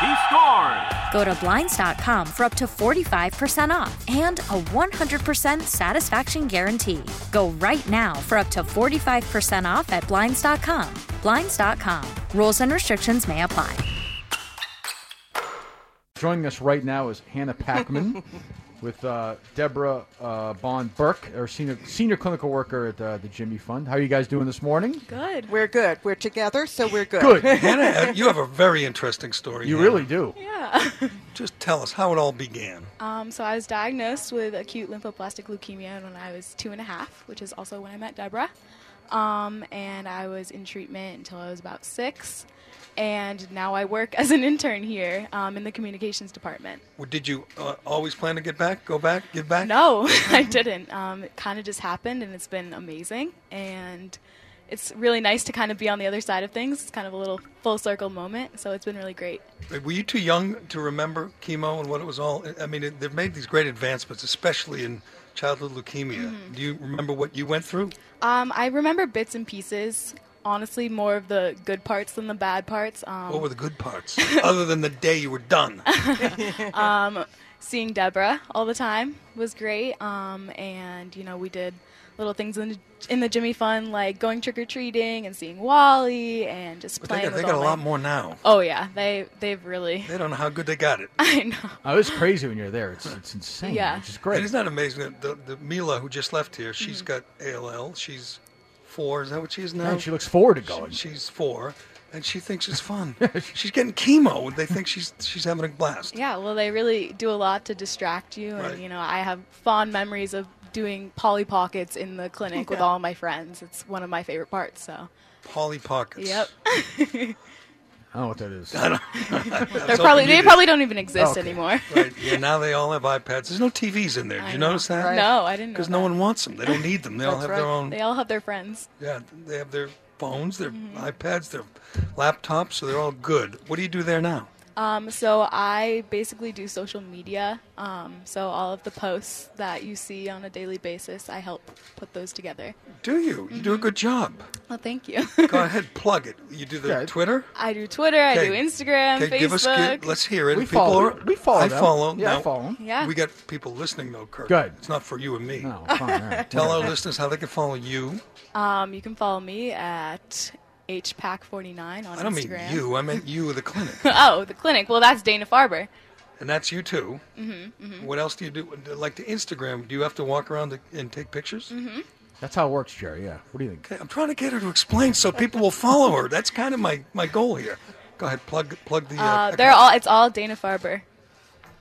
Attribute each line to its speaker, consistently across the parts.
Speaker 1: He scores.
Speaker 2: Go to Blinds.com for up to 45% off and a 100% satisfaction guarantee. Go right now for up to 45% off at Blinds.com. Blinds.com. Rules and restrictions may apply.
Speaker 3: Joining us right now is Hannah Packman with uh, Deborah uh, Bond Burke, our senior, senior clinical worker at uh, the Jimmy Fund. How are you guys doing this morning?
Speaker 4: Good. We're good. We're together, so we're good.
Speaker 3: Good.
Speaker 5: Hannah, uh, you have a very interesting story.
Speaker 3: You
Speaker 5: Hannah.
Speaker 3: really do.
Speaker 6: Yeah.
Speaker 5: Just tell us how it all began.
Speaker 6: Um, so I was diagnosed with acute lymphoblastic leukemia when I was two and a half, which is also when I met Deborah. Um, and I was in treatment until I was about six. And now I work as an intern here um, in the communications department.
Speaker 5: Well, Did you uh, always plan to get back, go back, get back?
Speaker 6: No, I didn't. Um, it kind of just happened, and it's been amazing. And it's really nice to kind of be on the other side of things. It's kind of a little full circle moment, so it's been really great.
Speaker 5: Uh, Were you too young to remember chemo and what it was all? I mean, it, they've made these great advancements, especially in childhood leukemia.
Speaker 6: Mm-hmm.
Speaker 5: Do you remember what you went through?
Speaker 6: Um, I remember bits and pieces. Honestly, more of the good parts than the bad parts. Um,
Speaker 5: What were the good parts, other than the day you were done?
Speaker 6: seeing Deborah all the time was great. Um, and you know, we did little things in the, in the Jimmy Fun, like going trick or treating and seeing Wally and just
Speaker 5: But they
Speaker 6: playing
Speaker 5: got,
Speaker 6: with
Speaker 5: they got a
Speaker 6: all
Speaker 5: lot
Speaker 6: my-
Speaker 5: more now.
Speaker 6: Oh yeah, they they've really.
Speaker 5: They don't know how good they got it.
Speaker 6: I know.
Speaker 3: Oh, it's crazy when you're there. It's, it's insane,
Speaker 6: Yeah.
Speaker 3: which is
Speaker 5: And
Speaker 3: great.
Speaker 5: isn't that amazing? that The, the Mila who just left here,
Speaker 6: Mm-hmm.
Speaker 5: she's got ALL. She's four. Is that what she is now?
Speaker 3: and she looks forward to going.
Speaker 5: She's four, and she thinks it's fun. she's getting chemo, and they think she's she's having a blast.
Speaker 6: Yeah, well, they really do a lot to distract you, and
Speaker 5: Right.
Speaker 6: you know, I have fond memories of doing Polly Pockets in the clinic with all my friends. It's one of my favorite parts. So
Speaker 5: Polly pockets.
Speaker 6: Yep.
Speaker 3: I don't know Oh, what that is.
Speaker 6: they're probably they probably don't even exist anymore.
Speaker 5: Right. Yeah. Now they all have iPads. There's no TVs in there. Did you
Speaker 6: know,
Speaker 5: notice that?
Speaker 4: right.
Speaker 6: No, I didn't. know
Speaker 5: Because no
Speaker 6: that.
Speaker 5: one wants them. They don't need them. They all
Speaker 4: That's
Speaker 5: have
Speaker 4: right.
Speaker 5: their own.
Speaker 6: They Mm-hmm. all have their friends.
Speaker 5: yeah. They have their phones, their iPads, their laptops. So they're all good. What do you do there now?
Speaker 6: Um, so I basically do social media. Um, so all of the posts that you see on a daily basis, I help put those together.
Speaker 5: Do you? You do a good job.
Speaker 6: Well, thank you.
Speaker 5: Go ahead, plug it. You do the
Speaker 3: Yeah.
Speaker 5: Twitter.
Speaker 6: I do Twitter. I do
Speaker 5: Okay.
Speaker 6: Instagram,
Speaker 5: Okay,
Speaker 6: Facebook.
Speaker 5: give us. Give, let's hear it.
Speaker 3: We
Speaker 5: People
Speaker 3: follow-
Speaker 5: are-
Speaker 3: we follow
Speaker 5: I
Speaker 3: them.
Speaker 5: follow.
Speaker 3: Yeah, I
Speaker 5: no.
Speaker 3: follow them.
Speaker 6: Yeah.
Speaker 5: We got people listening though, Kirk.
Speaker 3: Good.
Speaker 5: It's not for you and me.
Speaker 3: No, Oh, fine, all right.
Speaker 5: Tell our listeners how they can follow you.
Speaker 6: um, you can follow me at hpack49 on Instagram.
Speaker 5: I don't mean you. I meant you, the clinic,
Speaker 6: oh, the clinic. Well, that's Dana Farber.
Speaker 5: and that's you too. Mm-hmm, What else do you do? Like to Instagram? Do you have to walk around to, and take pictures? Mm-hmm.
Speaker 3: That's how it works, Jerry. Yeah. What do you think?
Speaker 5: I'm trying to get her to explain so people will follow her. That's kind of my, my goal here. Go ahead, plug plug the. Uh,
Speaker 6: Uh,
Speaker 5: account.
Speaker 6: they're all. It's all Dana Farber.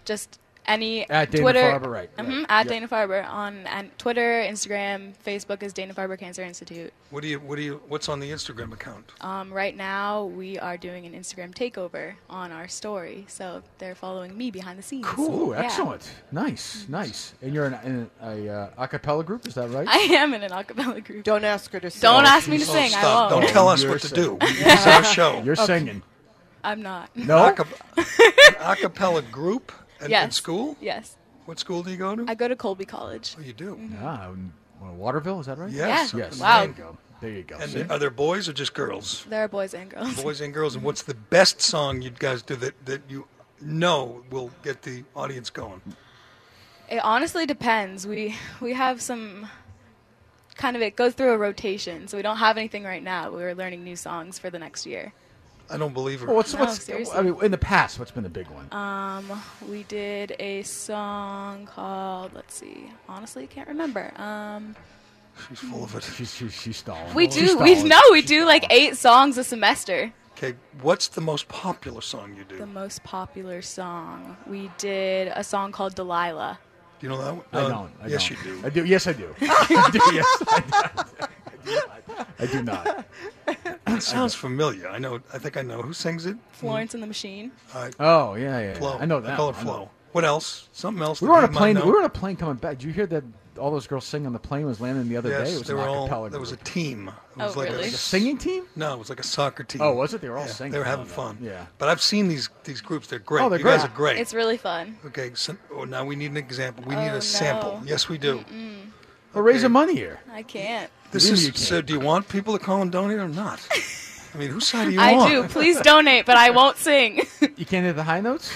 Speaker 6: Just any
Speaker 3: At
Speaker 6: Twitter.
Speaker 3: Dana-Farber, right,
Speaker 6: Mhm,
Speaker 3: right.
Speaker 6: At
Speaker 3: Yep.
Speaker 6: Dana Farber on and Twitter, Instagram, Facebook is Dana Farber Cancer Institute.
Speaker 5: What do you What do you What's on the Instagram account?
Speaker 6: Um, right now, we are doing an Instagram takeover on our story, so they're following me behind the scenes.
Speaker 3: Cool.
Speaker 6: Yeah.
Speaker 3: Excellent. Nice. Nice. And you're in, in a uh, acapella group, is that right?
Speaker 6: I am in an acapella group. Don't,
Speaker 4: Don't ask her to sing.
Speaker 6: ask me to
Speaker 5: Oh,
Speaker 6: sing. I
Speaker 5: stop!
Speaker 6: won't.
Speaker 5: Don't tell us
Speaker 3: You're
Speaker 5: what to do.
Speaker 3: saying-
Speaker 5: It's our show.
Speaker 3: you're singing.
Speaker 6: I'm not.
Speaker 3: No?
Speaker 5: Aca- acapella group at,
Speaker 6: Yes.
Speaker 5: at school.
Speaker 6: Yes.
Speaker 5: What school do you go to?
Speaker 6: I go to Colby College.
Speaker 5: oh, you do.
Speaker 3: Ah, in- well, Waterville, is that right?
Speaker 5: Yes.
Speaker 6: Yeah.
Speaker 3: Yes.
Speaker 6: Wow.
Speaker 3: There you go. There you go.
Speaker 5: And
Speaker 3: See?
Speaker 5: are there boys or just girls?
Speaker 6: There are boys and girls.
Speaker 5: Boys and
Speaker 6: Mm-hmm.
Speaker 5: girls. And what's the best song you guys do that, that you know will get the audience going?
Speaker 6: It honestly depends. We we have some kind of it goes through a rotation, so we don't have anything right now. We're learning new songs for the next year.
Speaker 5: I don't believe her.
Speaker 3: Well, what's
Speaker 6: No,
Speaker 3: what's
Speaker 6: seriously.
Speaker 3: I mean, in the past, what's been the big one?
Speaker 6: Um, we did a song called let's see. Honestly, I can't remember. Um,
Speaker 5: She's full of it.
Speaker 3: she's, she's, she's stalling.
Speaker 6: we
Speaker 3: She's
Speaker 6: do we
Speaker 3: stalling.
Speaker 6: no we do like eight songs a semester.
Speaker 5: Okay, what's the most popular song you do?
Speaker 6: The
Speaker 5: Do
Speaker 6: most popular song. We did a song called Delilah.
Speaker 5: you know that one?
Speaker 3: I
Speaker 5: Uh,
Speaker 3: don't. I
Speaker 5: yes,
Speaker 3: don't.
Speaker 5: you do.
Speaker 3: I do. Yes, I do. I do. Yes, I do. I do not.
Speaker 5: It sounds familiar. I know. I think I know who sings it.
Speaker 6: Florence and the Machine.
Speaker 5: I,
Speaker 3: Oh yeah, yeah. yeah.
Speaker 5: flow.
Speaker 3: I know that.
Speaker 5: I call it
Speaker 3: one. I know.
Speaker 5: flow. What else? Something else.
Speaker 3: We
Speaker 5: that
Speaker 3: were on a
Speaker 5: you might
Speaker 3: plane.
Speaker 5: know?
Speaker 3: We were on a plane coming back. Did you hear that? All those girls singing on the plane was landing the other
Speaker 5: Yes,
Speaker 3: day. It was
Speaker 5: they
Speaker 3: an
Speaker 5: were all.
Speaker 3: acapella
Speaker 5: There was a
Speaker 3: group.
Speaker 5: team. It
Speaker 6: Oh,
Speaker 5: was like
Speaker 6: really?
Speaker 5: a,
Speaker 3: Like a singing team.
Speaker 5: No, it was like a soccer team.
Speaker 3: Oh, was it? They were all
Speaker 5: Yeah,
Speaker 3: singing.
Speaker 5: They were having
Speaker 3: Oh,
Speaker 5: fun.
Speaker 3: yeah.
Speaker 5: But I've seen these these groups. They're great.
Speaker 3: Oh, they're
Speaker 5: you guys
Speaker 3: great.
Speaker 5: are great.
Speaker 6: It's really fun.
Speaker 5: okay. So, oh, now we need an example. We need
Speaker 6: Oh,
Speaker 5: a sample.
Speaker 6: no.
Speaker 5: Yes, we do.
Speaker 3: We're raising
Speaker 5: Okay.
Speaker 3: money here.
Speaker 6: I can't.
Speaker 5: This
Speaker 3: Really, you
Speaker 5: is. So,
Speaker 3: can't.
Speaker 5: do you want people to call and donate or not? I mean, whose side are you on?
Speaker 6: I do. Please donate, but I won't sing.
Speaker 3: You can't hit the high notes.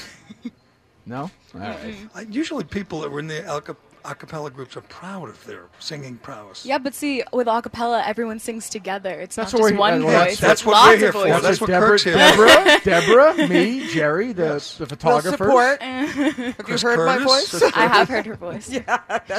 Speaker 3: No. All right.
Speaker 5: I- Usually, people that were in the alca- a cappella groups are proud of their singing prowess.
Speaker 6: yeah, but see, with a cappella, everyone sings together. It's
Speaker 3: That's
Speaker 6: not
Speaker 3: what
Speaker 6: just
Speaker 3: we-
Speaker 6: one
Speaker 3: well,
Speaker 6: voice.
Speaker 3: that's-
Speaker 6: it's
Speaker 5: that's what
Speaker 6: lots
Speaker 5: we're here
Speaker 6: of
Speaker 5: for.
Speaker 6: voices.
Speaker 5: That's what
Speaker 3: Deborah,
Speaker 5: Kirk's here.
Speaker 3: Deborah, Deborah, me, Jerry, the, the
Speaker 4: We'll
Speaker 3: photographer.
Speaker 4: support. Have you
Speaker 5: Chris
Speaker 4: heard my
Speaker 5: Curtis?
Speaker 4: voice?
Speaker 6: I have heard her voice.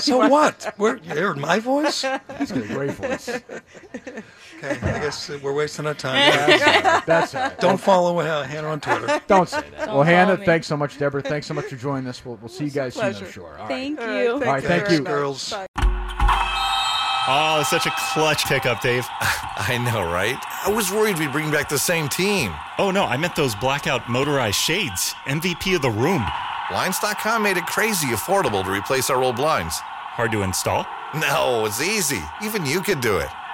Speaker 5: So what? Where, you heard my voice?
Speaker 3: He's got a great voice.
Speaker 5: Okay, I guess uh, we're wasting our time. guys.
Speaker 3: That's all right.
Speaker 5: Don't follow uh, Hannah on Twitter.
Speaker 3: Don't say that. well,
Speaker 6: follow
Speaker 3: Hannah,
Speaker 6: me.
Speaker 3: thanks so much, Deborah. Thanks so much for joining us. We'll, we'll see you guys soon, I'm
Speaker 4: pleasure.
Speaker 3: sure. All right.
Speaker 6: Thank
Speaker 4: All
Speaker 6: you.
Speaker 3: All right,
Speaker 4: you
Speaker 3: thank
Speaker 4: very
Speaker 3: you.
Speaker 4: much.
Speaker 5: Girls.
Speaker 4: Bye.
Speaker 7: Oh, such a clutch pickup, Dave.
Speaker 8: I know, right? I was worried we'd bring back the same team.
Speaker 7: Oh, no, I meant those blackout motorized shades. MVP of the room.
Speaker 8: Blinds.com made it crazy affordable to replace our old blinds.
Speaker 7: Hard to install?
Speaker 8: No, it's easy. Even you could do it.